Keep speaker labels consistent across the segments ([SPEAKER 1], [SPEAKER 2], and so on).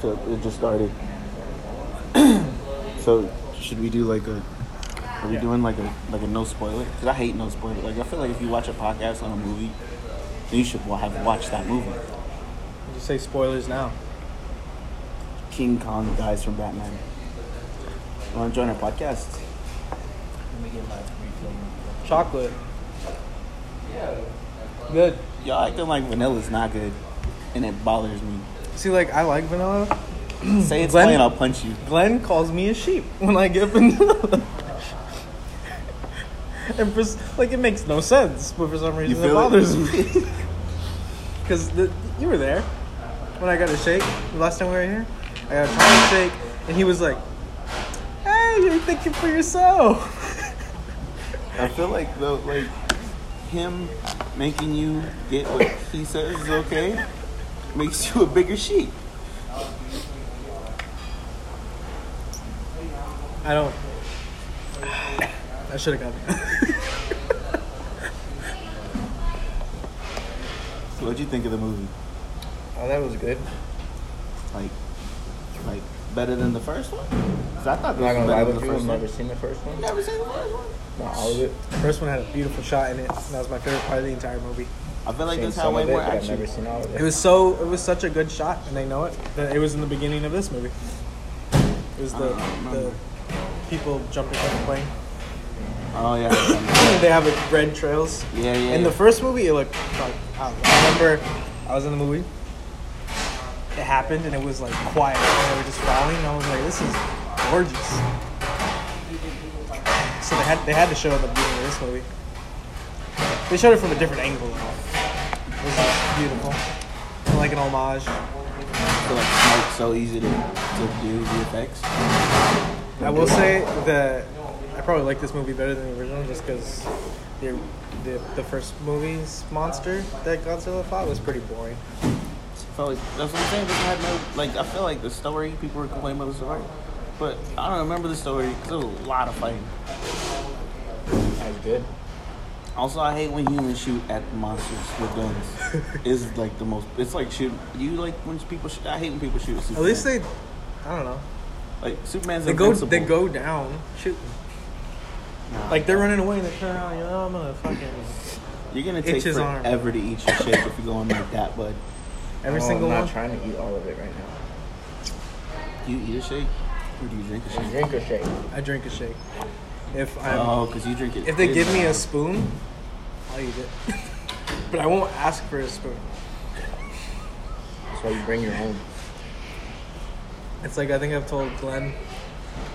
[SPEAKER 1] to it just started. so should we do like a? Are we
[SPEAKER 2] Yeah.
[SPEAKER 1] doing like a like a no spoiler? Because I hate no spoiler. Like I feel like if you watch a podcast on a movie, then you should wa- have watched that movie.
[SPEAKER 2] Just say spoilers now.
[SPEAKER 1] King Kong dies from Batman. You want to join our podcast?
[SPEAKER 2] Chocolate. Good.
[SPEAKER 1] Y'all acting like vanilla's not good, and it bothers me.
[SPEAKER 2] See, like I like vanilla.
[SPEAKER 1] Say it's
[SPEAKER 2] Glenn-
[SPEAKER 1] plain, I'll punch you.
[SPEAKER 2] Glenn calls me a sheep when I get vanilla. and for, s- like it makes no sense, but for some
[SPEAKER 1] You
[SPEAKER 2] reason it
[SPEAKER 1] feel
[SPEAKER 2] bothers me.
[SPEAKER 1] it?
[SPEAKER 2] Because you were there when I got a shake the last time we were here. I got a chocolate shake, and he was like, "Hey, you're thinking for yourself."
[SPEAKER 1] I feel like though, like him making you get what he says is okay makes you a bigger sheep.
[SPEAKER 2] I don't. I should have got that.
[SPEAKER 1] So what'd you think of the movie?
[SPEAKER 3] Oh, that was good.
[SPEAKER 1] Like, like better than the first one? 'Cause I thought
[SPEAKER 3] I'm
[SPEAKER 1] this
[SPEAKER 3] not
[SPEAKER 1] was
[SPEAKER 3] gonna lie
[SPEAKER 1] better than
[SPEAKER 3] with
[SPEAKER 1] the
[SPEAKER 3] you. I've
[SPEAKER 1] first
[SPEAKER 3] never
[SPEAKER 1] one.
[SPEAKER 3] seen the first one.
[SPEAKER 1] Never seen the first one.
[SPEAKER 3] Not all of it.
[SPEAKER 2] The first one had a beautiful shot in it. And that was my favorite part of the entire movie.
[SPEAKER 1] I feel like
[SPEAKER 3] Seen
[SPEAKER 1] this had
[SPEAKER 3] some
[SPEAKER 1] way
[SPEAKER 3] of it,
[SPEAKER 1] more
[SPEAKER 3] but I've never
[SPEAKER 1] action.
[SPEAKER 3] seen all of
[SPEAKER 2] It
[SPEAKER 3] it.
[SPEAKER 2] was so. It was such a good shot, and they know it. That it was in the beginning of this movie. It was the
[SPEAKER 1] don't
[SPEAKER 2] the
[SPEAKER 1] remember.
[SPEAKER 2] people jumping from the plane.
[SPEAKER 1] Oh yeah,
[SPEAKER 2] they have like, red trails.
[SPEAKER 1] yeah, yeah.
[SPEAKER 2] In the first movie, it looked like I, don't know. I remember I was in the movie. It happened and it was like quiet. And they were just falling. And I was like, this is gorgeous. So they had they had to show it at the beginning of this movie. They showed it from a different angle. Though. It was just beautiful, and like an homage.
[SPEAKER 1] I feel like smoke's so easy to, to do the effects.
[SPEAKER 2] I will say that I probably like this movie better than the original just because the, the the first movie's monster that Godzilla fought was pretty boring.
[SPEAKER 1] I felt like that's what I'm saying. This had no like. I feel like the story people were complaining about the story, but I don't remember the story because there was a lot of fighting.
[SPEAKER 3] That was good.
[SPEAKER 1] Also, I hate when humans shoot at monsters with guns. it's like the most. It's like shoot. You like when people. Shoot, I hate when people shoot. At,
[SPEAKER 2] At
[SPEAKER 1] Superman.
[SPEAKER 2] least they, I don't know.
[SPEAKER 1] like Superman's
[SPEAKER 2] They go,
[SPEAKER 1] invincible.
[SPEAKER 2] they go down shooting.
[SPEAKER 1] Nah.
[SPEAKER 2] Like they're running away and they turn around. You know, I'm gonna fucking
[SPEAKER 1] You're gonna take
[SPEAKER 2] itch his arm.
[SPEAKER 1] forever to eat your shit if you go on like that. But
[SPEAKER 2] every
[SPEAKER 3] Oh,
[SPEAKER 2] single
[SPEAKER 3] I'm not
[SPEAKER 2] one.
[SPEAKER 3] trying to eat all of it right now.
[SPEAKER 1] do you eat a shake or do you drink a
[SPEAKER 3] Just
[SPEAKER 1] shake?
[SPEAKER 3] drink or shake.
[SPEAKER 2] I drink a shake. If I
[SPEAKER 1] Oh, because you drink it.
[SPEAKER 2] if they
[SPEAKER 1] crazy.
[SPEAKER 2] give me a spoon, I'll eat it. but I won't ask for a spoon.
[SPEAKER 3] That's why you bring your own.
[SPEAKER 2] It's like I think I've told Glenn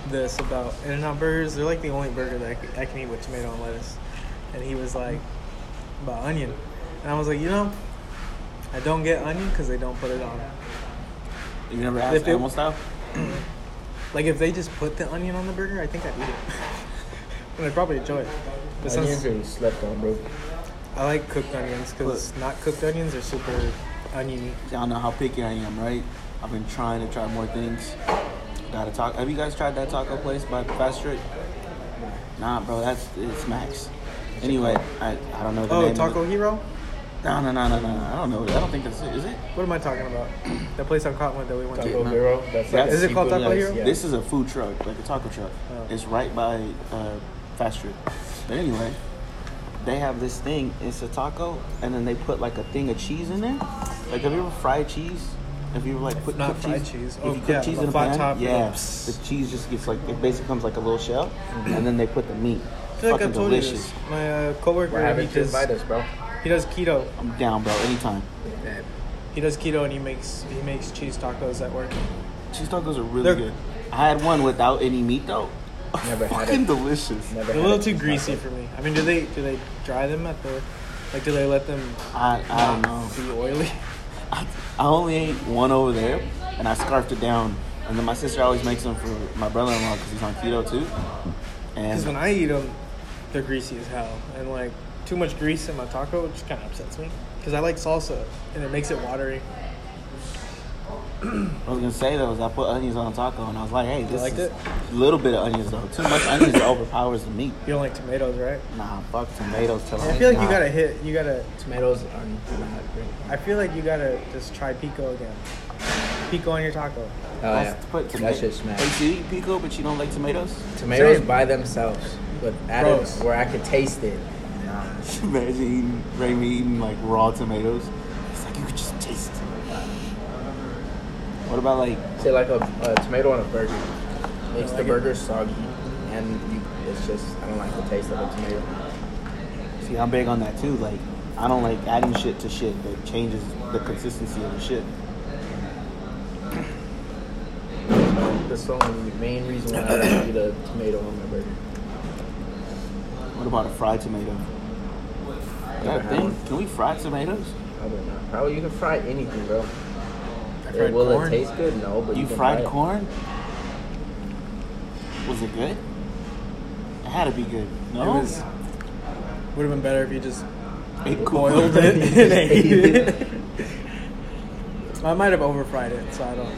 [SPEAKER 2] this about In-N-Out burgers. They're like the only burger that I can, I can eat with tomato and lettuce. And he was like, about onion. And I was like, you know, I don't get onion because they don't put it on.
[SPEAKER 1] you never asked
[SPEAKER 2] if it-
[SPEAKER 1] animal style.
[SPEAKER 2] Like if they just put the onion on the burger, I think I'd eat it. and I'd probably enjoy it. But since
[SPEAKER 3] Onions are slept on, bro.
[SPEAKER 2] I like cooked onions because not cooked onions are super oniony.
[SPEAKER 1] Y'all know how picky I am, right? I've been trying to try more things. Gotta talk. Have you guys tried that taco place by Fast Street? Nah, bro, that's it's Max. Anyway, I, I don't know the name
[SPEAKER 2] Oh,
[SPEAKER 1] of
[SPEAKER 2] Taco
[SPEAKER 1] it.
[SPEAKER 2] Hero?
[SPEAKER 1] No, no, no, no, no. no. I don't know. I don't think that's it. Is it?
[SPEAKER 2] What am I talking about? That place on Cottonwood that we went to.
[SPEAKER 3] Taco
[SPEAKER 1] no.
[SPEAKER 3] Hero. That's like
[SPEAKER 1] That's-
[SPEAKER 3] a
[SPEAKER 1] Is it
[SPEAKER 2] called
[SPEAKER 3] seafood
[SPEAKER 2] Taco
[SPEAKER 3] place,
[SPEAKER 2] Hero?
[SPEAKER 3] yeah.
[SPEAKER 1] This is a food truck, like a taco truck.
[SPEAKER 2] Oh.
[SPEAKER 1] It's right by uh, fast food. But anyway, they have this thing. It's a taco, and then they put like a thing of cheese in there. Like, have you ever fried cheese? If you ever like put
[SPEAKER 2] Not
[SPEAKER 1] cooked
[SPEAKER 2] fried
[SPEAKER 1] cheese,
[SPEAKER 2] cheese.
[SPEAKER 1] if
[SPEAKER 2] Oh,
[SPEAKER 1] you cook
[SPEAKER 2] yeah,
[SPEAKER 1] cheese
[SPEAKER 2] the
[SPEAKER 1] in a
[SPEAKER 2] flat
[SPEAKER 1] pan,
[SPEAKER 2] top,
[SPEAKER 1] yeah,
[SPEAKER 2] like,
[SPEAKER 1] the cheese just gets like it basically comes like a little shell, and then they put the meat.
[SPEAKER 2] I feel like
[SPEAKER 1] Fucking
[SPEAKER 2] I told
[SPEAKER 1] delicious.
[SPEAKER 2] you this. My uh,
[SPEAKER 3] We're
[SPEAKER 2] coworker, he
[SPEAKER 3] having to
[SPEAKER 2] does,
[SPEAKER 3] invite us, bro.
[SPEAKER 2] he does keto.
[SPEAKER 1] I'm down, bro. Anytime.
[SPEAKER 2] He does keto and he makes he makes cheese tacos at work.
[SPEAKER 1] Cheese tacos are really
[SPEAKER 2] They're-
[SPEAKER 1] good. I had one without any meat though.
[SPEAKER 3] Never had
[SPEAKER 1] Fucking
[SPEAKER 3] it.
[SPEAKER 1] delicious.
[SPEAKER 3] Never
[SPEAKER 2] They're a
[SPEAKER 3] had
[SPEAKER 2] little
[SPEAKER 3] it.
[SPEAKER 2] too
[SPEAKER 3] It's not
[SPEAKER 2] greasy
[SPEAKER 3] good.
[SPEAKER 2] for me. I mean, do they do they dry them at the like do they let them
[SPEAKER 1] I, I don't know.
[SPEAKER 2] be oily?
[SPEAKER 1] I, I only ate one over there, and I scarfed it down. And then my sister always makes them for my brother-in-law because he's on keto too.
[SPEAKER 2] Because when
[SPEAKER 1] And
[SPEAKER 2] I eat them, they're greasy as hell, and like too much grease in my taco just kind of upsets me. Because I like salsa, and it makes it watery.
[SPEAKER 1] what I was gonna say though is I put onions on a taco, and I was like, hey, this
[SPEAKER 2] liked
[SPEAKER 1] is
[SPEAKER 2] it?
[SPEAKER 1] a little bit of onions though. Too much onions overpowers the meat.
[SPEAKER 2] You don't like tomatoes, right?
[SPEAKER 1] Nah, fuck tomatoes. Till
[SPEAKER 2] I feel like you
[SPEAKER 1] nah.
[SPEAKER 2] gotta hit. You gotta.
[SPEAKER 3] Tomatoes are not great.
[SPEAKER 2] I feel like you gotta just try pico again. pico on your taco.
[SPEAKER 3] Oh
[SPEAKER 1] That's-
[SPEAKER 3] yeah,
[SPEAKER 1] Put
[SPEAKER 3] that
[SPEAKER 1] tomato-
[SPEAKER 3] shit smacks.
[SPEAKER 1] Like, you eat pico, but you don't like tomatoes?
[SPEAKER 3] Tomatoes
[SPEAKER 2] Same.
[SPEAKER 3] by themselves, but added
[SPEAKER 2] Gross.
[SPEAKER 3] where I could taste it.
[SPEAKER 1] Imagine eating, Raimi eating like raw tomatoes. It's like you could just taste. it. What about like
[SPEAKER 3] Say like a, a tomato on a burger makes the burger soggy, and you, it's just I don't like the taste of a tomato.
[SPEAKER 1] See, I'm big on that too. Like, I don't like adding shit to shit that changes the consistency of the shit.
[SPEAKER 3] That's the only main reason why I don't eat a tomato on my burger.
[SPEAKER 1] What about a fried tomato? That
[SPEAKER 3] Never had
[SPEAKER 1] thing?
[SPEAKER 3] one.
[SPEAKER 1] Can we fry tomatoes?
[SPEAKER 3] Probably not. Probably you can fry anything, bro.
[SPEAKER 2] I
[SPEAKER 3] It-
[SPEAKER 2] fried
[SPEAKER 3] will
[SPEAKER 2] corn.
[SPEAKER 3] it taste good? No, but you,
[SPEAKER 1] you
[SPEAKER 3] can
[SPEAKER 1] fried
[SPEAKER 3] fry it.
[SPEAKER 1] corn? Was it good? It had to be good. No,
[SPEAKER 2] It was would have been better if you just
[SPEAKER 1] it
[SPEAKER 2] boiled it and ate it. I might have over fried it, so I don't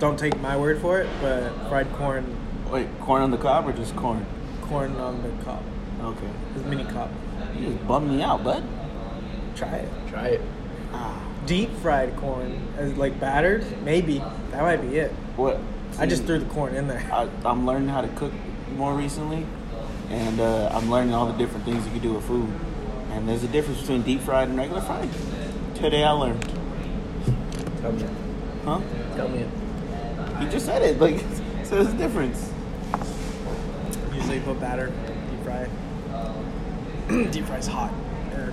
[SPEAKER 2] don't take my word for it. But fried corn,
[SPEAKER 1] Wait, corn on the cob or just corn?
[SPEAKER 2] corn on the cob,
[SPEAKER 1] Okay.
[SPEAKER 2] this mini cob.
[SPEAKER 1] You just bummed me out, bud.
[SPEAKER 2] Try it.
[SPEAKER 3] Try it.
[SPEAKER 2] Deep fried corn, as like battered, maybe that might be it.
[SPEAKER 1] What?
[SPEAKER 2] I just
[SPEAKER 1] See,
[SPEAKER 2] threw the corn in there.
[SPEAKER 1] I, I'm learning how to cook more recently, and uh, I'm learning all the different things you can do with food. And there's a difference between deep fried and regular fried. Today I learned,
[SPEAKER 3] Tell me.
[SPEAKER 1] huh?
[SPEAKER 3] Tell me.
[SPEAKER 1] You just said it, like so there's a difference.
[SPEAKER 2] Usually put batter, deep fry. it. deep fry's hot. Er. Or-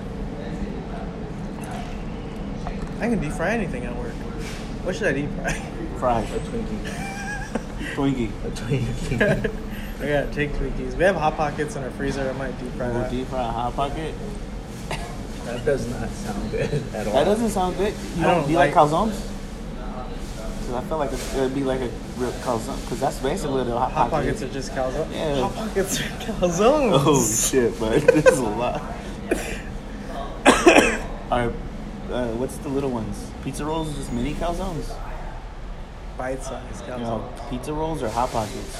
[SPEAKER 2] I can deep fry anything at work. What should I deep fry?
[SPEAKER 1] Fried
[SPEAKER 3] A Twinkie.
[SPEAKER 1] Twinkie.
[SPEAKER 3] A Twinkie.
[SPEAKER 2] I gotta take Twinkies. We have hot pockets in our freezer. I might deep fry
[SPEAKER 1] Or
[SPEAKER 2] that.
[SPEAKER 1] deep fried hot pocket.
[SPEAKER 3] that does not sound good at all.
[SPEAKER 1] That doesn't sound good. You
[SPEAKER 2] I
[SPEAKER 1] don't,
[SPEAKER 2] don't
[SPEAKER 1] do you like
[SPEAKER 2] like-
[SPEAKER 1] calzones? Because I feel like it's, it'd be like a real calzone. Because that's basically the hot,
[SPEAKER 2] Hot
[SPEAKER 1] pocket.
[SPEAKER 2] pockets are just calzones.
[SPEAKER 1] Yeah.
[SPEAKER 2] Hot pockets are calzones.
[SPEAKER 1] Oh shit, bud. This is a lot. All right. Uh, what's the little ones? Pizza rolls are just mini calzones. Oh.
[SPEAKER 2] Bite-sized calzones.
[SPEAKER 1] You know, pizza rolls or hot pockets.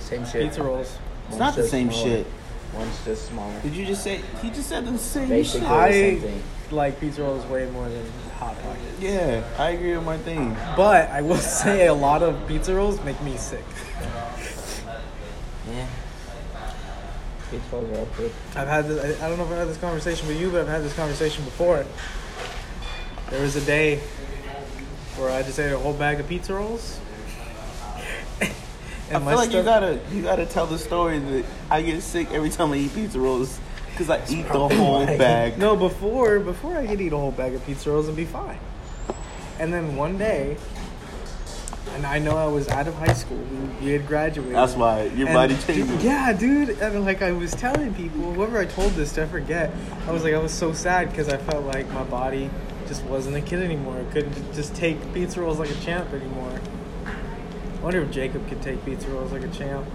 [SPEAKER 3] Same shit.
[SPEAKER 2] Pizza rolls.
[SPEAKER 1] It's not the
[SPEAKER 3] just
[SPEAKER 1] same
[SPEAKER 3] smaller.
[SPEAKER 1] shit.
[SPEAKER 3] One's just smaller.
[SPEAKER 1] Did you just say? He just said the same
[SPEAKER 3] Basically
[SPEAKER 1] shit.
[SPEAKER 3] the same
[SPEAKER 2] I-
[SPEAKER 3] thing.
[SPEAKER 2] Like pizza rolls way more than hot pockets.
[SPEAKER 1] yeah, I agree with my thing.
[SPEAKER 2] But I will say a lot of pizza rolls make me sick.
[SPEAKER 3] Yeah. Pizza rolls are up there.
[SPEAKER 2] I've had this, I- I don't know if I've had this conversation with you, but I've had this conversation before. There was a day where I just ate a whole bag of pizza rolls. and
[SPEAKER 1] I feel like you
[SPEAKER 2] stomach-
[SPEAKER 1] gotta you gotta tell the story that I get sick every time I eat pizza rolls because I eat the whole bag.
[SPEAKER 2] No, before before I could eat a whole bag of pizza rolls and be fine. And then one day, and I know I was out of high school. we- We had graduated.
[SPEAKER 1] That's why your
[SPEAKER 2] And
[SPEAKER 1] body
[SPEAKER 2] dude-
[SPEAKER 1] changes.
[SPEAKER 2] Yeah, dude. And like I was telling people, whoever I told this to, I forget. I was like, I was so sad because I felt like my body just wasn't a kid anymore. I couldn't j- just take pizza rolls like a champ anymore. I wonder if Jacob could take pizza rolls like a champ.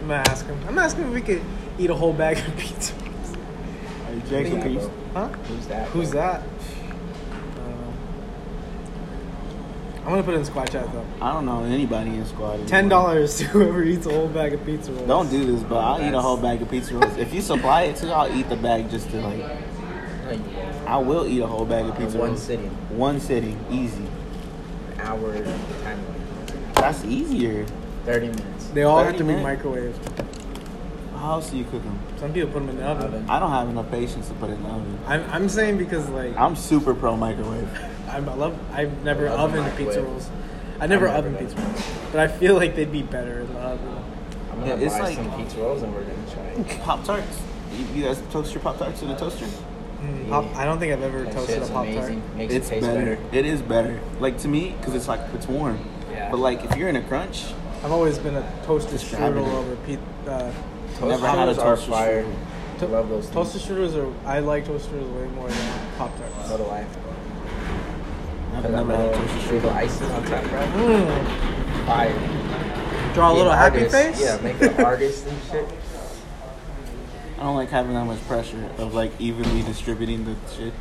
[SPEAKER 2] I'm gonna ask him. I'm asking if we could eat a whole bag of pizza.
[SPEAKER 1] Hey, Jacob,
[SPEAKER 3] Yeah,
[SPEAKER 1] can you-
[SPEAKER 3] bro.
[SPEAKER 2] Huh?
[SPEAKER 3] Who's that?
[SPEAKER 2] Who's
[SPEAKER 3] bro?
[SPEAKER 2] that? Uh, I'm gonna put it in squad chat though.
[SPEAKER 1] I don't know anybody in squad. anymore.
[SPEAKER 2] Ten dollars to whoever eats a whole bag of pizza rolls.
[SPEAKER 1] Don't do this, but I'll eat a whole bag of pizza rolls. If you supply it to, me, I'll eat the bag just to like.
[SPEAKER 3] No, you won't.
[SPEAKER 1] I will eat a whole bag of pizza
[SPEAKER 3] one
[SPEAKER 1] rolls.
[SPEAKER 3] sitting.
[SPEAKER 1] One sitting, easy.
[SPEAKER 3] An hour time limit.
[SPEAKER 1] That's easier.
[SPEAKER 3] Thirty minutes.
[SPEAKER 2] They all have
[SPEAKER 1] 30
[SPEAKER 2] to be
[SPEAKER 1] minutes.
[SPEAKER 2] microwaved.
[SPEAKER 1] How else do you cook them?
[SPEAKER 2] Some people put them in the oven.
[SPEAKER 3] Oven.
[SPEAKER 1] I don't have enough patience to put it in the oven.
[SPEAKER 2] I'm, I'm saying because like
[SPEAKER 1] I'm super pro microwave.
[SPEAKER 2] I'm, I love I've never
[SPEAKER 3] I love the
[SPEAKER 2] ovened pizza
[SPEAKER 3] microwave.
[SPEAKER 2] rolls. I never
[SPEAKER 3] I've never
[SPEAKER 2] ovened
[SPEAKER 3] done
[SPEAKER 2] pizza rolls, but I feel like they'd be better in the oven.
[SPEAKER 3] I'm gonna
[SPEAKER 1] Yeah, it's
[SPEAKER 3] buy
[SPEAKER 1] like-
[SPEAKER 3] some pizza rolls and we're gonna try it.
[SPEAKER 1] Pop tarts. You, you guys toast your pop tarts in the toaster.
[SPEAKER 2] Mm, Pop, I don't think I've ever
[SPEAKER 3] That
[SPEAKER 2] toasted a
[SPEAKER 3] shit's
[SPEAKER 2] pop tart.
[SPEAKER 3] amazing. Makes
[SPEAKER 1] It's
[SPEAKER 3] it taste better.
[SPEAKER 1] better. It is better. Like to me, because it's like it's warm.
[SPEAKER 3] Yeah.
[SPEAKER 1] But like if you're in a crunch,
[SPEAKER 2] I've always been a toasted
[SPEAKER 1] Describe
[SPEAKER 2] strudel
[SPEAKER 1] it.
[SPEAKER 2] over pizza. Uh,
[SPEAKER 1] Never had a
[SPEAKER 3] Strudels are
[SPEAKER 1] toaster
[SPEAKER 3] fire.
[SPEAKER 1] strudel.
[SPEAKER 3] I love those things.
[SPEAKER 2] toasted strudels are I like toasted strudels way more than pop tarts.
[SPEAKER 3] So do I.
[SPEAKER 1] I've
[SPEAKER 3] Cause I
[SPEAKER 1] never had a
[SPEAKER 3] love
[SPEAKER 1] toaster
[SPEAKER 3] strudel
[SPEAKER 1] strudel.
[SPEAKER 3] ices on top, bro.
[SPEAKER 2] Mm.
[SPEAKER 3] Fire.
[SPEAKER 2] Draw a little happy face.
[SPEAKER 3] Yeah, make an artist and shit.
[SPEAKER 1] I don't like having that much pressure of like evenly distributing the shit.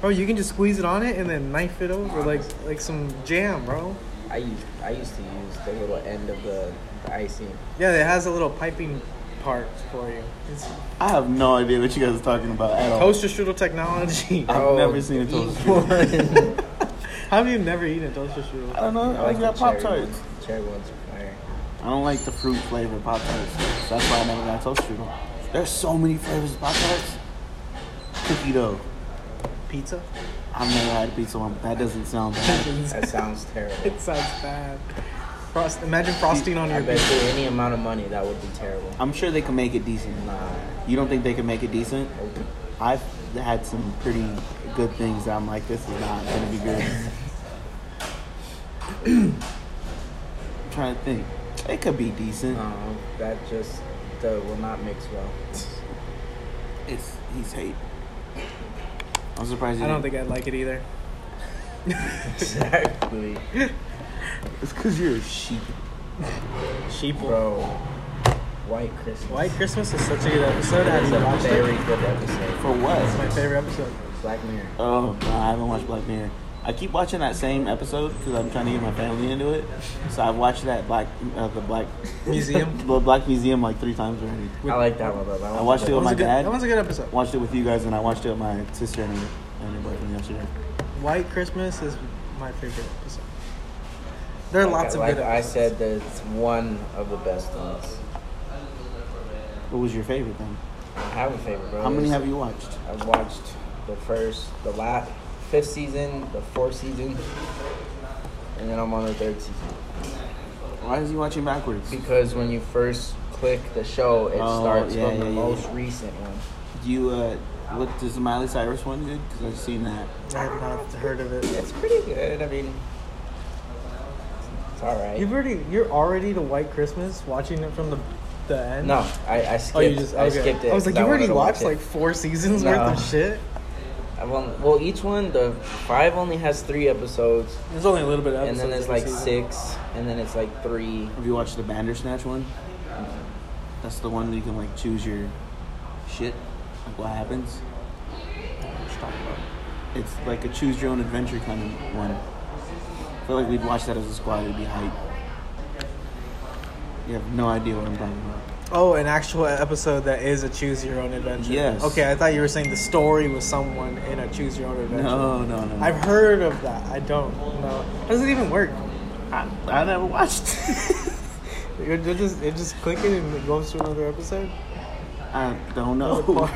[SPEAKER 2] Bro, you can just squeeze it on it and then knife it over like like some jam, bro.
[SPEAKER 3] I used I used to use the little end of the, the icing.
[SPEAKER 2] Yeah, it has a little piping part for you. It's
[SPEAKER 1] I have no idea what you guys are talking about at all.
[SPEAKER 2] toaster strudel technology.
[SPEAKER 1] I've
[SPEAKER 3] Oh,
[SPEAKER 1] never seen a toaster
[SPEAKER 3] eat
[SPEAKER 1] strudel.
[SPEAKER 3] one.
[SPEAKER 2] How have you never eaten those strudel?
[SPEAKER 1] I don't know. I, like
[SPEAKER 3] the
[SPEAKER 1] that Pop
[SPEAKER 3] cherry
[SPEAKER 1] Tarts.
[SPEAKER 3] ones. Cherry ones are fire.
[SPEAKER 1] I don't like the fruit flavored Pop Tarts. So that's why I never got toast strudel. There's so many flavors of Pop Tarts. Cookie dough.
[SPEAKER 2] Pizza?
[SPEAKER 1] I've never had a pizza one, but that doesn't sound bad.
[SPEAKER 2] it
[SPEAKER 3] That sounds terrible.
[SPEAKER 2] sounds bad. Frost, imagine frosting on
[SPEAKER 3] I
[SPEAKER 2] your
[SPEAKER 3] bet
[SPEAKER 2] pizza.
[SPEAKER 3] you any amount of money that would be terrible.
[SPEAKER 1] I'm sure they can make it decent.
[SPEAKER 3] Nah.
[SPEAKER 1] You don't think they can make it decent?
[SPEAKER 3] nope.
[SPEAKER 1] I've had some pretty good things that I'm like, this is not gonna be good. I'm trying to think. It could be decent.
[SPEAKER 2] Uh.
[SPEAKER 3] No, um, that just that will not mix well.
[SPEAKER 1] It's he's hate. I'm surprised.
[SPEAKER 2] I don't think I'd like it either.
[SPEAKER 3] exactly.
[SPEAKER 1] it's because you're a sheep.
[SPEAKER 2] Sheeple.
[SPEAKER 3] Bro, White Christmas.
[SPEAKER 2] White Christmas is such a good episode. Have
[SPEAKER 3] That's
[SPEAKER 2] you
[SPEAKER 3] a
[SPEAKER 2] watched it?
[SPEAKER 3] very good episode.
[SPEAKER 1] For
[SPEAKER 2] It's my
[SPEAKER 1] what?
[SPEAKER 2] favorite episode.
[SPEAKER 3] Black Mirror.
[SPEAKER 1] Oh, no, I haven't watched Black Mirror. I keep watching that same episode because I'm trying to get my family into it. So I've watched that black, uh, the black
[SPEAKER 2] Museum.
[SPEAKER 1] the Black Museum like three times already.
[SPEAKER 3] I like that one, though. That
[SPEAKER 1] I
[SPEAKER 3] one's
[SPEAKER 1] watched it with
[SPEAKER 2] That
[SPEAKER 3] good.
[SPEAKER 2] one's
[SPEAKER 1] my
[SPEAKER 2] a good-
[SPEAKER 1] dad.
[SPEAKER 2] That one's a good episode.
[SPEAKER 1] Watched it with you guys, and I watched it with my sister and her, and her boyfriend yesterday.
[SPEAKER 2] White Christmas is my favorite episode. There are
[SPEAKER 3] Like-
[SPEAKER 2] lots of
[SPEAKER 3] like
[SPEAKER 2] good
[SPEAKER 3] I
[SPEAKER 2] episodes.
[SPEAKER 3] said, that it's one of the best ones.
[SPEAKER 1] What was your favorite then?
[SPEAKER 3] I have a favorite, bro.
[SPEAKER 1] How many
[SPEAKER 3] It's-
[SPEAKER 1] have you watched?
[SPEAKER 3] I've watched the first, the last, fifth season, the fourth season, and then I'm on the third season.
[SPEAKER 1] Why is he watching backwards?
[SPEAKER 3] Because when you first click the show, it
[SPEAKER 1] Oh,
[SPEAKER 3] starts
[SPEAKER 1] yeah,
[SPEAKER 3] from the
[SPEAKER 1] yeah, yeah.
[SPEAKER 3] most recent one.
[SPEAKER 1] You uh, what does the Miley Cyrus one good? Because I've seen that.
[SPEAKER 2] I have not heard of it.
[SPEAKER 3] It's pretty good. I mean, it's all right.
[SPEAKER 2] You've already you're already to White Christmas watching it from the the end.
[SPEAKER 3] no, I, I skipped.
[SPEAKER 2] Oh, you just okay.
[SPEAKER 3] I skipped it.
[SPEAKER 2] I was like,
[SPEAKER 3] 'cause
[SPEAKER 2] you already
[SPEAKER 3] wanted to watch
[SPEAKER 2] watched
[SPEAKER 3] it.
[SPEAKER 2] like four seasons
[SPEAKER 3] No.
[SPEAKER 2] worth of shit.
[SPEAKER 3] I won't- well, each one the five only has three episodes,
[SPEAKER 2] There's only a little bit of
[SPEAKER 3] and then
[SPEAKER 2] episodes
[SPEAKER 3] there's
[SPEAKER 2] in a
[SPEAKER 3] like
[SPEAKER 2] season.
[SPEAKER 3] six, and then it's like three.
[SPEAKER 1] Have you watched the Bandersnatch one? That's the one that you can like choose your shit, like what happens.
[SPEAKER 2] Let's talk about it.
[SPEAKER 1] It's like a choose your own adventure kind of one. I feel like we'd watch that as a squad. It'd be hype. You have no idea what I'm talking about.
[SPEAKER 2] Oh, an actual episode that is a choose your own adventure.
[SPEAKER 1] Yes.
[SPEAKER 2] Okay, I thought you were saying the story was someone in a choose your own adventure.
[SPEAKER 1] No, no, no.
[SPEAKER 2] I've heard of that. I don't know. How does it even work?
[SPEAKER 1] I, I never watched.
[SPEAKER 2] You're you're just it just clicking and it goes to another episode.
[SPEAKER 1] I don't know.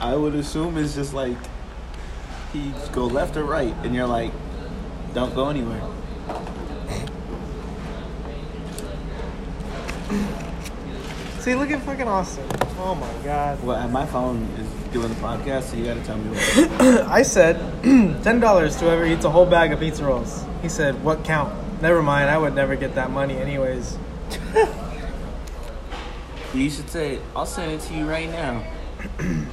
[SPEAKER 1] I would assume it's just like he just go left or right, and you're like, don't go anywhere.
[SPEAKER 2] See, look at fucking Austin. Oh my god.
[SPEAKER 1] Well, and my phone is doing the podcast, so you gotta tell me. What.
[SPEAKER 2] I said ten dollars to whoever eats a whole bag of pizza rolls. He said, "What count? Never mind. I would never get that money anyways."
[SPEAKER 1] you should say, I'll send it to you right now. I'm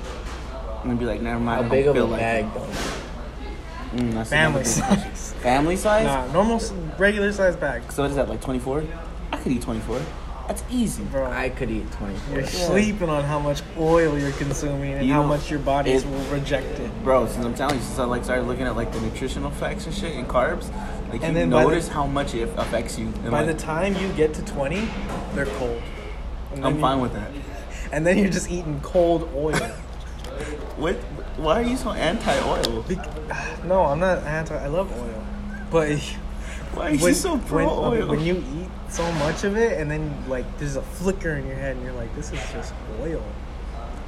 [SPEAKER 1] gonna be like, never mind.
[SPEAKER 3] How
[SPEAKER 1] I
[SPEAKER 3] big
[SPEAKER 1] don't
[SPEAKER 3] of
[SPEAKER 1] feel
[SPEAKER 3] a
[SPEAKER 1] like
[SPEAKER 3] bag
[SPEAKER 1] it."
[SPEAKER 3] though?
[SPEAKER 1] Mm, that's another
[SPEAKER 2] Family
[SPEAKER 1] thing.
[SPEAKER 2] size.
[SPEAKER 1] Family size.
[SPEAKER 2] nah, normal, s- regular sized bags.
[SPEAKER 1] So what is that like 24? I could eat 24. That's easy.
[SPEAKER 2] Bro,
[SPEAKER 3] I could eat twenty.
[SPEAKER 2] you're sleeping on how much oil you're consuming and
[SPEAKER 1] You
[SPEAKER 2] how
[SPEAKER 1] know,
[SPEAKER 2] much your bodies
[SPEAKER 1] it-
[SPEAKER 2] will reject it.
[SPEAKER 1] Bro, since I'm telling you, since I like started looking at like the nutritional facts and shit and carbs, like you
[SPEAKER 2] And then by the-
[SPEAKER 1] notice how much it affects you. And,
[SPEAKER 2] By the
[SPEAKER 1] like,
[SPEAKER 2] time you get to twenty, they're cold. And then
[SPEAKER 1] I'm
[SPEAKER 2] you-
[SPEAKER 1] fine with that.
[SPEAKER 2] And then you're just eating cold oil.
[SPEAKER 1] What? Why are you so anti-oil?
[SPEAKER 2] Be- no, I'm not anti. I love oil, but.
[SPEAKER 1] Why are you
[SPEAKER 2] when,
[SPEAKER 1] so
[SPEAKER 2] when,
[SPEAKER 1] pro
[SPEAKER 2] okay,
[SPEAKER 1] oil?
[SPEAKER 2] when you eat so much of it and then like there's a flicker in your head and you're like this is just oil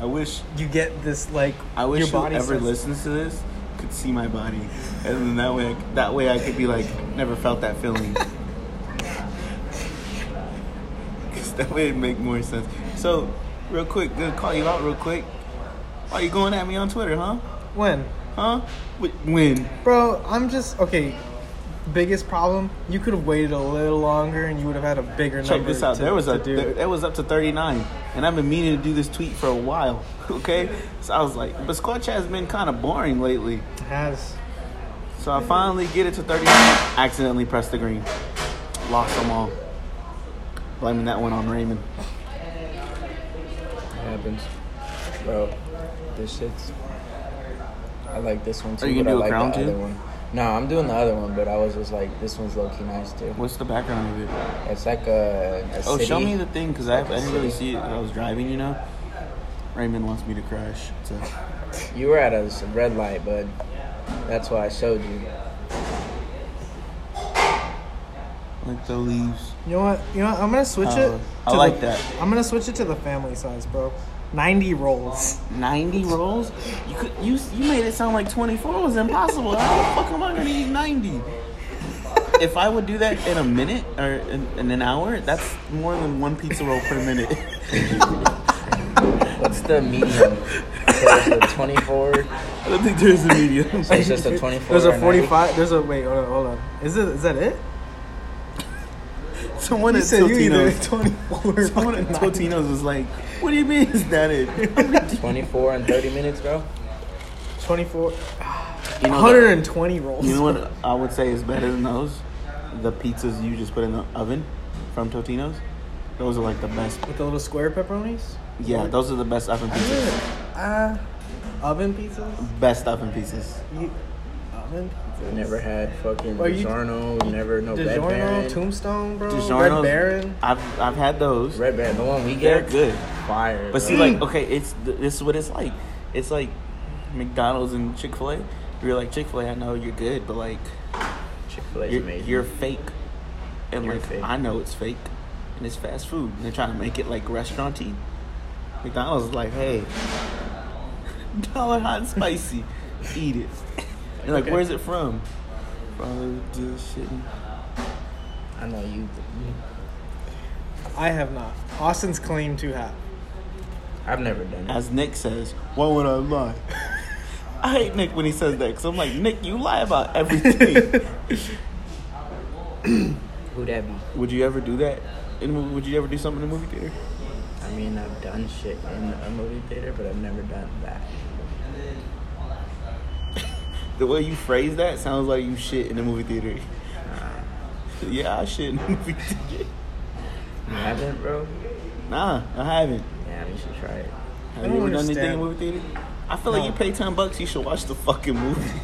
[SPEAKER 1] I wish
[SPEAKER 2] you get this like
[SPEAKER 1] I wish
[SPEAKER 2] your body
[SPEAKER 1] whoever
[SPEAKER 2] says-
[SPEAKER 1] listens to this could see my body, and then that way I, that way I could be like never felt that feeling. 'Cause that way it'd make more sense. So, real quick, gonna call you out real quick. Why you going at me on Twitter, huh?
[SPEAKER 2] when
[SPEAKER 1] Huh? Wh- When?
[SPEAKER 2] bro I'm just okay biggest problem you could have waited a little longer and you would have had a bigger
[SPEAKER 1] Check
[SPEAKER 2] number
[SPEAKER 1] this out.
[SPEAKER 2] to-
[SPEAKER 1] there was
[SPEAKER 2] to
[SPEAKER 1] a
[SPEAKER 2] do.
[SPEAKER 1] there, it was up to 39, and I've been meaning to do this tweet for a while. Okay, so I was like, but Squatch has been kind of boring lately.
[SPEAKER 2] It has
[SPEAKER 1] So I finally get it to 39. Accidentally pressed the green. Lost them all. Blaming that one on Raymond.
[SPEAKER 3] It happens, bro. This shit's. I like this one too.
[SPEAKER 1] you gonna do
[SPEAKER 3] but
[SPEAKER 1] a
[SPEAKER 3] I like
[SPEAKER 1] crown
[SPEAKER 3] the
[SPEAKER 1] too?
[SPEAKER 3] Other one. No, I'm doing the other one, but I was just like, this one's low key nice too.
[SPEAKER 1] What's the background of it?
[SPEAKER 3] It's like a. a
[SPEAKER 1] Oh, show
[SPEAKER 3] city.
[SPEAKER 1] me the thing because I, I didn't really see it. when I was driving, you know. Raymond wants me to crash. So
[SPEAKER 3] You were at a s- red light, bud. That's why I showed you.
[SPEAKER 1] like the leaves.
[SPEAKER 2] You know what? You know what? I'm gonna switch it.
[SPEAKER 1] Uh, I
[SPEAKER 2] to
[SPEAKER 1] like
[SPEAKER 2] the-
[SPEAKER 1] that.
[SPEAKER 2] I'm gonna switch it to the family size, bro. 90 rolls.
[SPEAKER 1] Ninety rolls? You could you you made it sound like twenty four was impossible. How the fuck am I gonna eat ninety? If I would do that in a minute or in, in an hour, that's more than one pizza roll per minute.
[SPEAKER 3] What's the medium? There's a 24.
[SPEAKER 1] I don't think there's a medium.
[SPEAKER 3] So it's just a 24.
[SPEAKER 2] There's a
[SPEAKER 3] and
[SPEAKER 2] 45. There's a wait. Hold on. Hold on. Is it? Is that it?
[SPEAKER 1] Someone
[SPEAKER 2] You
[SPEAKER 1] at
[SPEAKER 2] said you either
[SPEAKER 1] Totino's.
[SPEAKER 2] 24. or
[SPEAKER 1] Someone at
[SPEAKER 2] 90.
[SPEAKER 1] Totino's was like, "What do you mean is that it?"
[SPEAKER 3] 24 and 30 minutes, bro.
[SPEAKER 1] You
[SPEAKER 2] 24.
[SPEAKER 1] know the-
[SPEAKER 2] 120 rolls.
[SPEAKER 1] You know what I would say is better than those? The pizzas you just put in the oven from Totino's. Those are like the best.
[SPEAKER 2] With the little square pepperonis.
[SPEAKER 1] Yeah, those are the best oven pizzas.
[SPEAKER 2] Uh, oven pizzas.
[SPEAKER 1] Best oven pizzas.
[SPEAKER 2] You, oven.
[SPEAKER 3] We never had fucking
[SPEAKER 2] Well, you-
[SPEAKER 3] DiGiorno. never no Red
[SPEAKER 2] DiGiorno,
[SPEAKER 3] Baron.
[SPEAKER 2] Tombstone, bro.
[SPEAKER 1] DiGiorno's-
[SPEAKER 2] Red Baron.
[SPEAKER 1] I've I've had those.
[SPEAKER 3] Red Baron, the one we
[SPEAKER 1] They're
[SPEAKER 3] get.
[SPEAKER 1] good.
[SPEAKER 3] Fire.
[SPEAKER 1] But see,
[SPEAKER 3] bro.
[SPEAKER 1] like, okay, it's th- this is what it's like. It's like McDonald's and Chick Fil A. You're like Chick Fil A. I know you're good, but like
[SPEAKER 3] Chick-fil-A's
[SPEAKER 1] you're,
[SPEAKER 3] amazing.
[SPEAKER 1] you're fake, and
[SPEAKER 3] You're
[SPEAKER 1] like
[SPEAKER 3] fake.
[SPEAKER 1] I know it's fake, and it's fast food. And they're trying to make it like restauranty. McDonald's is like, hey, dollar hot and spicy, eat it. And like,
[SPEAKER 3] Okay.
[SPEAKER 1] where's it from? Bro, dude, shit.
[SPEAKER 3] I know you.
[SPEAKER 2] I have not. Austin's claim to have.
[SPEAKER 3] I've never done it.
[SPEAKER 1] As Nick says, why would I lie? I hate Nick when he says that because I'm like, Nick, you lie about everything.
[SPEAKER 3] Who that be?
[SPEAKER 1] would you ever do that? In, a movie- would you ever do something in a movie theater?
[SPEAKER 3] I mean, I've done shit in a movie theater, but I've never done that.
[SPEAKER 1] The way you phrase that sounds like you shit in a movie theater. yeah, I shit in a movie theater.
[SPEAKER 3] You haven't, bro?
[SPEAKER 1] Nah, I haven't.
[SPEAKER 3] Yeah, you should try it.
[SPEAKER 1] Have
[SPEAKER 2] I
[SPEAKER 1] you
[SPEAKER 2] don't
[SPEAKER 1] ever done anything in
[SPEAKER 2] understand.
[SPEAKER 1] a movie theater? I feel
[SPEAKER 2] No.
[SPEAKER 1] like you pay ten bucks, you should watch the fucking movie.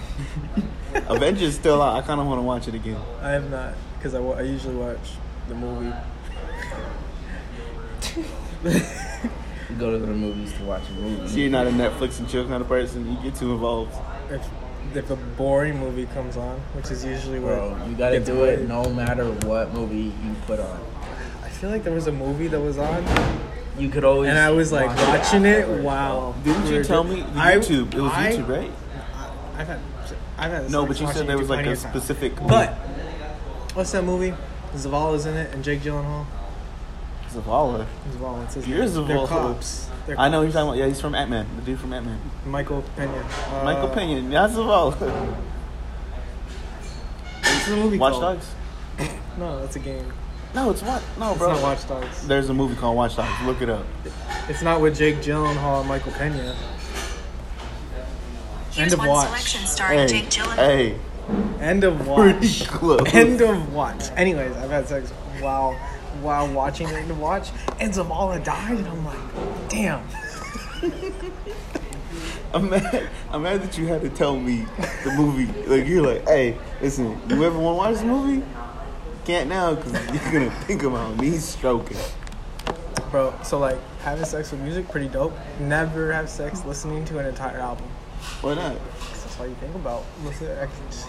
[SPEAKER 1] Avengers still out. I kind of want to watch it again.
[SPEAKER 2] I have not because I, wa- I usually watch the movie.
[SPEAKER 3] You go to the movies to watch a movie.
[SPEAKER 1] So you're not a Netflix and chill kind of person. You get too involved.
[SPEAKER 2] If if a boring movie comes on, which is usually what
[SPEAKER 3] Bro, you gotta
[SPEAKER 2] gets
[SPEAKER 3] do it
[SPEAKER 2] played.
[SPEAKER 3] no matter what movie you put on.
[SPEAKER 2] I feel like there was a movie that was on,
[SPEAKER 3] You could always.
[SPEAKER 2] and I was like
[SPEAKER 3] watch
[SPEAKER 2] watching it.
[SPEAKER 3] afterwards,
[SPEAKER 2] Wow!
[SPEAKER 1] Didn't you
[SPEAKER 2] Weird.
[SPEAKER 1] tell me the
[SPEAKER 2] I-
[SPEAKER 1] YouTube? It was
[SPEAKER 2] I-
[SPEAKER 1] YouTube, right?
[SPEAKER 2] I- I've had, I've had.
[SPEAKER 1] No,
[SPEAKER 2] sex
[SPEAKER 1] but you
[SPEAKER 2] watching
[SPEAKER 1] said there was
[SPEAKER 2] YouTube
[SPEAKER 1] like
[SPEAKER 2] plenty
[SPEAKER 1] a
[SPEAKER 2] of times.
[SPEAKER 1] specific.
[SPEAKER 2] But what's that movie? Zavala's in it, and Jake Gyllenhaal.
[SPEAKER 1] Zavala.
[SPEAKER 2] Zavala, it's his
[SPEAKER 1] You're
[SPEAKER 2] name. They're
[SPEAKER 1] Zavala.
[SPEAKER 2] cops. They're
[SPEAKER 1] I know who you're talking about. Yeah, he's from Ant Man. The dude from Ant Man.
[SPEAKER 2] cops. Michael Pena. Uh,
[SPEAKER 1] Michael Pena. Not Zavala.
[SPEAKER 2] What's the movie
[SPEAKER 1] Watch
[SPEAKER 2] called?
[SPEAKER 1] Dogs.
[SPEAKER 2] No, that's a game.
[SPEAKER 1] No, it's what? No,
[SPEAKER 2] It's
[SPEAKER 1] bro.
[SPEAKER 2] not Watch Dogs.
[SPEAKER 1] There's a movie called Watch Dogs. Look it up.
[SPEAKER 2] It's not with Jake Gyllenhaal and Michael Pena.
[SPEAKER 4] Here's
[SPEAKER 2] End of
[SPEAKER 4] one
[SPEAKER 2] watch.
[SPEAKER 4] selection starring
[SPEAKER 1] Hey,
[SPEAKER 4] Jake Gyllenhaal.
[SPEAKER 1] hey,
[SPEAKER 2] End of
[SPEAKER 1] pretty
[SPEAKER 2] watch.
[SPEAKER 1] close.
[SPEAKER 2] End of watch. Anyways, I've had sex while while watching End of Watch, and Zavala died, and I'm like, damn.
[SPEAKER 1] I'm mad, I'm mad that you had to tell me the movie. Like you're like, hey, listen, you ever want to watch this movie? Can't now because you're gonna think about me stroking.
[SPEAKER 2] Bro, so like having sex with music, pretty dope. Never have sex listening to an entire album.
[SPEAKER 1] Why not?
[SPEAKER 2] 'Cause That's all you think about. Listen, to ex-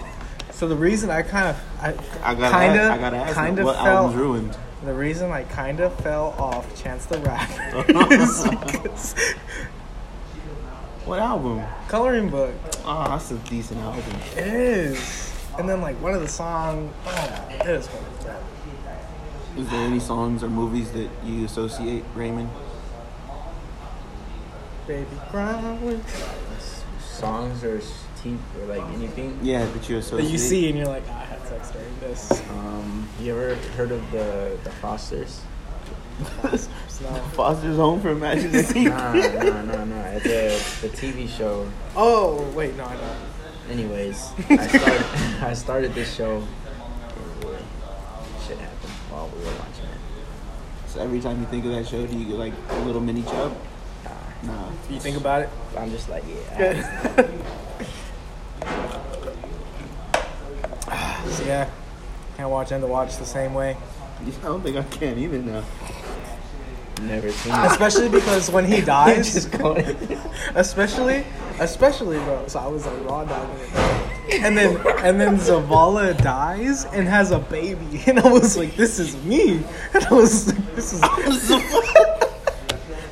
[SPEAKER 2] so the reason I kind of, I,
[SPEAKER 1] I gotta,
[SPEAKER 2] kind of,
[SPEAKER 1] I gotta ask
[SPEAKER 2] kind of
[SPEAKER 1] what
[SPEAKER 2] fell.
[SPEAKER 1] album's ruined.
[SPEAKER 2] The reason I kind of fell off Chance the Rapper is because
[SPEAKER 1] What album?
[SPEAKER 2] Coloring Book
[SPEAKER 1] Oh, that's a decent album.
[SPEAKER 2] it is, and then like one of the song, oh, it is fucking crap.
[SPEAKER 1] Is there any songs or movies that you associate Raymond?
[SPEAKER 2] Baby crying.
[SPEAKER 3] Songs or teeth or like anything.
[SPEAKER 1] Yeah, that you
[SPEAKER 2] That
[SPEAKER 1] associate.
[SPEAKER 2] you see and you're like, I had sex during this.
[SPEAKER 3] Um, you ever heard of the the Fosters?
[SPEAKER 2] So.
[SPEAKER 1] Foster's Home for Imagination.
[SPEAKER 3] Nah, nah, nah, nah. It's a the TV show.
[SPEAKER 2] Oh wait, no, I don't.
[SPEAKER 3] Anyways, I started I started this show. Shit happened while we were watching it.
[SPEAKER 1] so every time you think of that show, do you get like a little mini chub? Nah.
[SPEAKER 2] You think about it.
[SPEAKER 3] I'm just like, yeah.
[SPEAKER 2] So yeah, can't watch End of Watch the same way.
[SPEAKER 1] I don't think I can either now.
[SPEAKER 3] I've never seen it.
[SPEAKER 2] Especially because when he dies,
[SPEAKER 3] Just going.
[SPEAKER 2] especially, especially, bro. So I was like raw dogging it. bro. and then and then Zavala dies and has a baby, and I was like, "This is me," and I was like, "This is."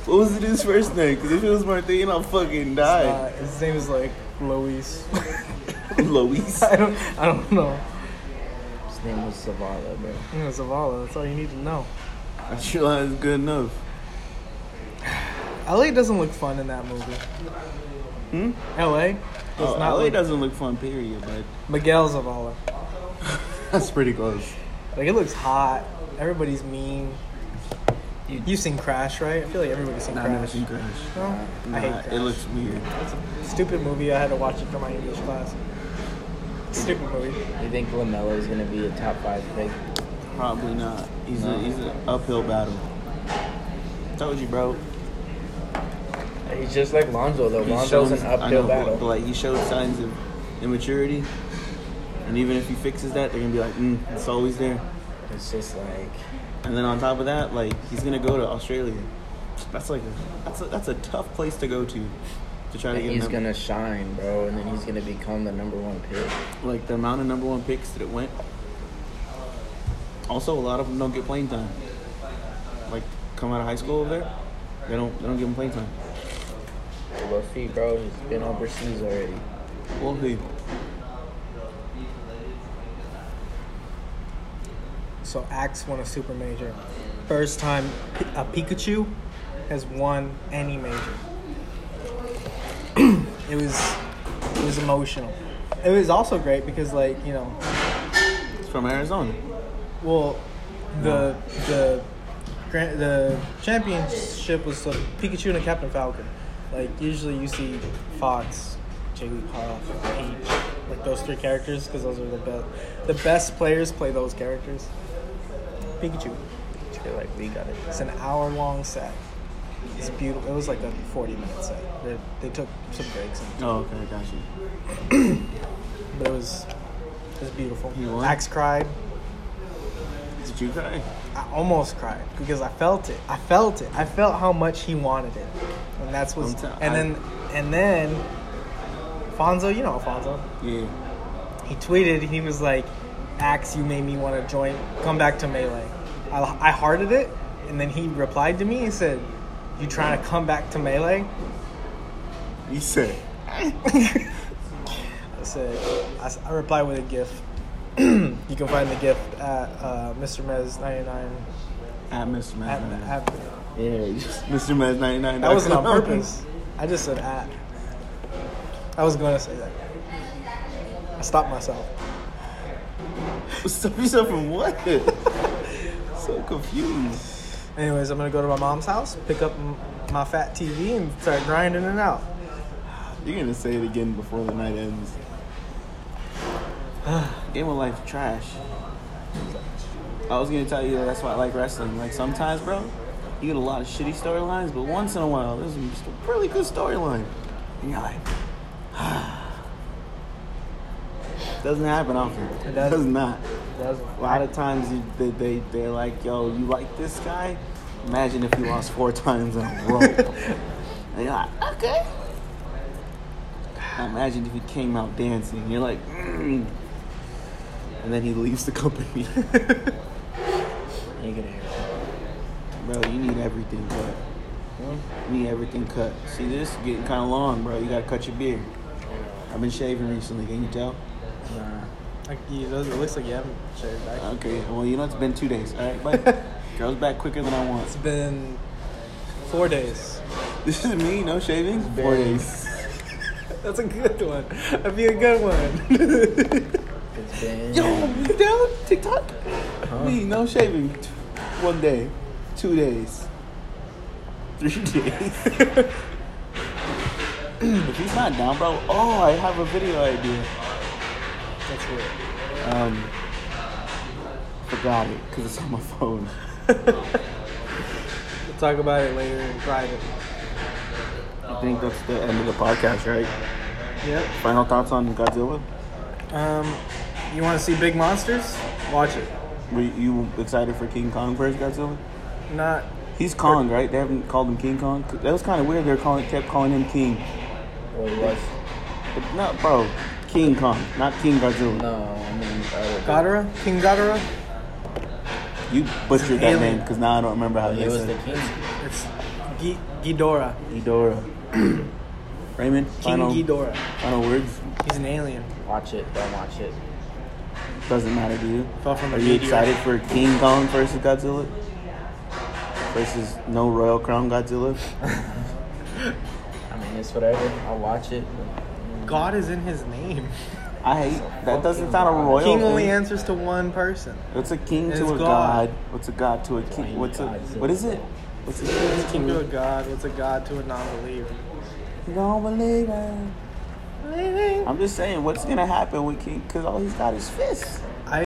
[SPEAKER 1] What was the dude's first name? Because if it was Martin, I'll fucking die.
[SPEAKER 2] Uh, his name is like Luis.
[SPEAKER 1] Luis.
[SPEAKER 2] I don't. I don't know.
[SPEAKER 3] His name was Zavala, bro.
[SPEAKER 2] You know, Zavala. That's all you need to know.
[SPEAKER 1] I sure is good enough.
[SPEAKER 2] LA doesn't look fun in that movie.
[SPEAKER 1] Hmm?
[SPEAKER 2] LA. does
[SPEAKER 1] Oh,
[SPEAKER 2] not
[SPEAKER 1] LA
[SPEAKER 2] look-
[SPEAKER 1] doesn't look fun, period, but
[SPEAKER 2] Miguel Zavala.
[SPEAKER 1] that's pretty close.
[SPEAKER 2] Like it looks hot. Everybody's mean. You, have seen Crash, right? I feel like everybody's seen
[SPEAKER 1] Nah, I've
[SPEAKER 2] Crash.
[SPEAKER 1] never seen Crash.
[SPEAKER 2] No? I hate
[SPEAKER 1] Nah,
[SPEAKER 2] Crash.
[SPEAKER 1] it looks weird.
[SPEAKER 2] It's a stupid movie. I had to watch it for my English class. Stupid movie.
[SPEAKER 3] You think Lamelo is gonna be a top five pick?
[SPEAKER 1] Probably not. He's
[SPEAKER 3] No.
[SPEAKER 1] a he's an uphill battle. Told you, bro.
[SPEAKER 3] He's just like Lonzo though.
[SPEAKER 1] He
[SPEAKER 3] Lonzo's
[SPEAKER 1] shows-
[SPEAKER 3] an
[SPEAKER 1] I
[SPEAKER 3] uphill
[SPEAKER 1] know, but- But
[SPEAKER 3] battle.
[SPEAKER 1] like he showed signs of immaturity, and even if he fixes that, they're gonna be like, mm, it's always there.
[SPEAKER 3] It's just like
[SPEAKER 1] And then on top of that, like he's gonna go to Australia. That's like a, that's a, that's a tough place to go to to try to get
[SPEAKER 3] he's
[SPEAKER 1] them.
[SPEAKER 3] gonna shine, bro, and then he's gonna become the number one pick.
[SPEAKER 1] like the amount of number one picks that it went. Also, a lot of them don't get playing time. Like come out of high school over there, they don't they don't give them playing time.
[SPEAKER 3] Luffy, bro, he's been overseas already.
[SPEAKER 1] We'll see.
[SPEAKER 2] So Axe won a super major. First time P- a Pikachu has won any major. it was it was emotional. It was also great because like, you know,
[SPEAKER 1] It's from Arizona.
[SPEAKER 2] well the the grand the championship was the Pikachu and the Captain Falcon. Like usually you see Fox, Jigglypuff, Peach, like those three characters because those are the best. The best players play those characters. Pikachu.
[SPEAKER 3] They're like, we got it.
[SPEAKER 2] It's an hour long set. It's beautiful. It was like a 40 minute set. They, they took some breaks, and,
[SPEAKER 1] Oh, okay, I got you.
[SPEAKER 2] but it was it was beautiful.
[SPEAKER 1] You know what?
[SPEAKER 2] Axe cried.
[SPEAKER 1] Did you cry?
[SPEAKER 2] I almost cried because I felt it. I felt it. I felt how much he wanted it, and that's what's.
[SPEAKER 1] I'm tell-
[SPEAKER 2] and
[SPEAKER 1] I-
[SPEAKER 2] then and then, Fonzo, you know Fonzo.
[SPEAKER 1] Yeah.
[SPEAKER 2] He tweeted. He was like, "Axe, you made me want to join. Come back to melee." I, I hearted it, and then he replied to me. He said, "You trying to come back to melee?"
[SPEAKER 1] You said.
[SPEAKER 2] I said, I, s- I replied with a GIF. you can find the GIF at uh, Mr. Mez 99.
[SPEAKER 1] At Mr.
[SPEAKER 2] At,
[SPEAKER 1] Maz99.
[SPEAKER 2] at,
[SPEAKER 3] Yeah, you just
[SPEAKER 1] Mr. Maz99.
[SPEAKER 2] that wasn't on purpose. I just said at. I was going to say that. I stopped myself.
[SPEAKER 1] Stop yourself from what? so confused.
[SPEAKER 2] Anyways, I'm going to go to my mom's house, pick up m- my fat TV, and start grinding it out.
[SPEAKER 1] You're gonna say it again before the night ends. Game of life trash. I was gonna tell you that that's why I like wrestling. Like sometimes, bro, you get a lot of shitty storylines, but once in a while, there's just a really good storyline, and you're like, doesn't happen often.
[SPEAKER 2] It
[SPEAKER 1] It
[SPEAKER 2] doesn't.
[SPEAKER 1] does not.
[SPEAKER 2] That was
[SPEAKER 1] A lot of times you, they, they, they're like, yo, you like this guy? Imagine if you lost four times in a row. and you're like, okay. Now imagine if he came out dancing. You're like, mm. And then he leaves the company.
[SPEAKER 3] ain't gonna hear it.
[SPEAKER 1] bro, you need everything cut. You need everything cut. See, this is getting kind of long, bro. You gotta cut your beard. I've been shaving recently, can you tell?
[SPEAKER 3] Nah.
[SPEAKER 2] like, you, those- it looks like you haven't shaved back.
[SPEAKER 1] Okay, well, you know, it's been two days, all right? But girls back quicker than I want.
[SPEAKER 2] It's been four days.
[SPEAKER 1] This is me, no shaving? Four
[SPEAKER 3] Barely.
[SPEAKER 1] days.
[SPEAKER 2] That's a good one. That'd be a good one.
[SPEAKER 3] It's been
[SPEAKER 1] Yo, you down TikTok? Me, no shaving. T- One day, two days, three days. if he's not down, bro, oh, I have a video idea.
[SPEAKER 2] That's weird.
[SPEAKER 1] Um, forgot it because it's on my phone.
[SPEAKER 2] We'll talk about it later in private.
[SPEAKER 1] I think that's the end of the podcast, right?
[SPEAKER 2] Yep.
[SPEAKER 1] Final thoughts on Godzilla?
[SPEAKER 2] Um, you want to see big monsters? Watch it.
[SPEAKER 1] Were you excited for King Kong versus Godzilla?
[SPEAKER 2] Not.
[SPEAKER 1] He's Kong, right? They haven't called him King Kong. That was kind of weird. They were calling, kept calling him King.
[SPEAKER 3] Well, it was.
[SPEAKER 1] But no, bro. King Kong, not King Godzilla.
[SPEAKER 3] No, I mean, uh, I would-
[SPEAKER 2] Godara? King Godara?
[SPEAKER 1] You butchered that
[SPEAKER 2] Alien.
[SPEAKER 1] name because now I don't remember how
[SPEAKER 3] It
[SPEAKER 1] you
[SPEAKER 3] was the
[SPEAKER 1] said
[SPEAKER 3] king.
[SPEAKER 2] It's G- Ghidorah.
[SPEAKER 1] it. Ghidorah. Raymond,
[SPEAKER 2] King
[SPEAKER 1] final,
[SPEAKER 2] Ghidorah.
[SPEAKER 1] final words.
[SPEAKER 2] He's an alien.
[SPEAKER 3] Watch it. Don't watch it.
[SPEAKER 1] Doesn't matter to you.
[SPEAKER 2] Fell from a
[SPEAKER 1] Are you
[SPEAKER 2] meteor.
[SPEAKER 1] excited for King Kong versus Godzilla? Versus no Royal Crown Godzilla?
[SPEAKER 3] I mean, it's whatever. I'll watch it.
[SPEAKER 2] God is in his name.
[SPEAKER 1] I hate that. Doesn't sound a royal.
[SPEAKER 2] King only
[SPEAKER 1] thing.
[SPEAKER 2] answers to one person.
[SPEAKER 1] What's a king
[SPEAKER 2] It's
[SPEAKER 1] to a
[SPEAKER 2] God.
[SPEAKER 1] god? What's a god to a king? What's a
[SPEAKER 3] Godzilla.
[SPEAKER 1] what is it? What's a king
[SPEAKER 2] What's king to a
[SPEAKER 1] to
[SPEAKER 2] god? What's a god to a non-believer?
[SPEAKER 1] a don't believe it. I'm just saying, what's gonna happen with King? Cause all he's got is fists.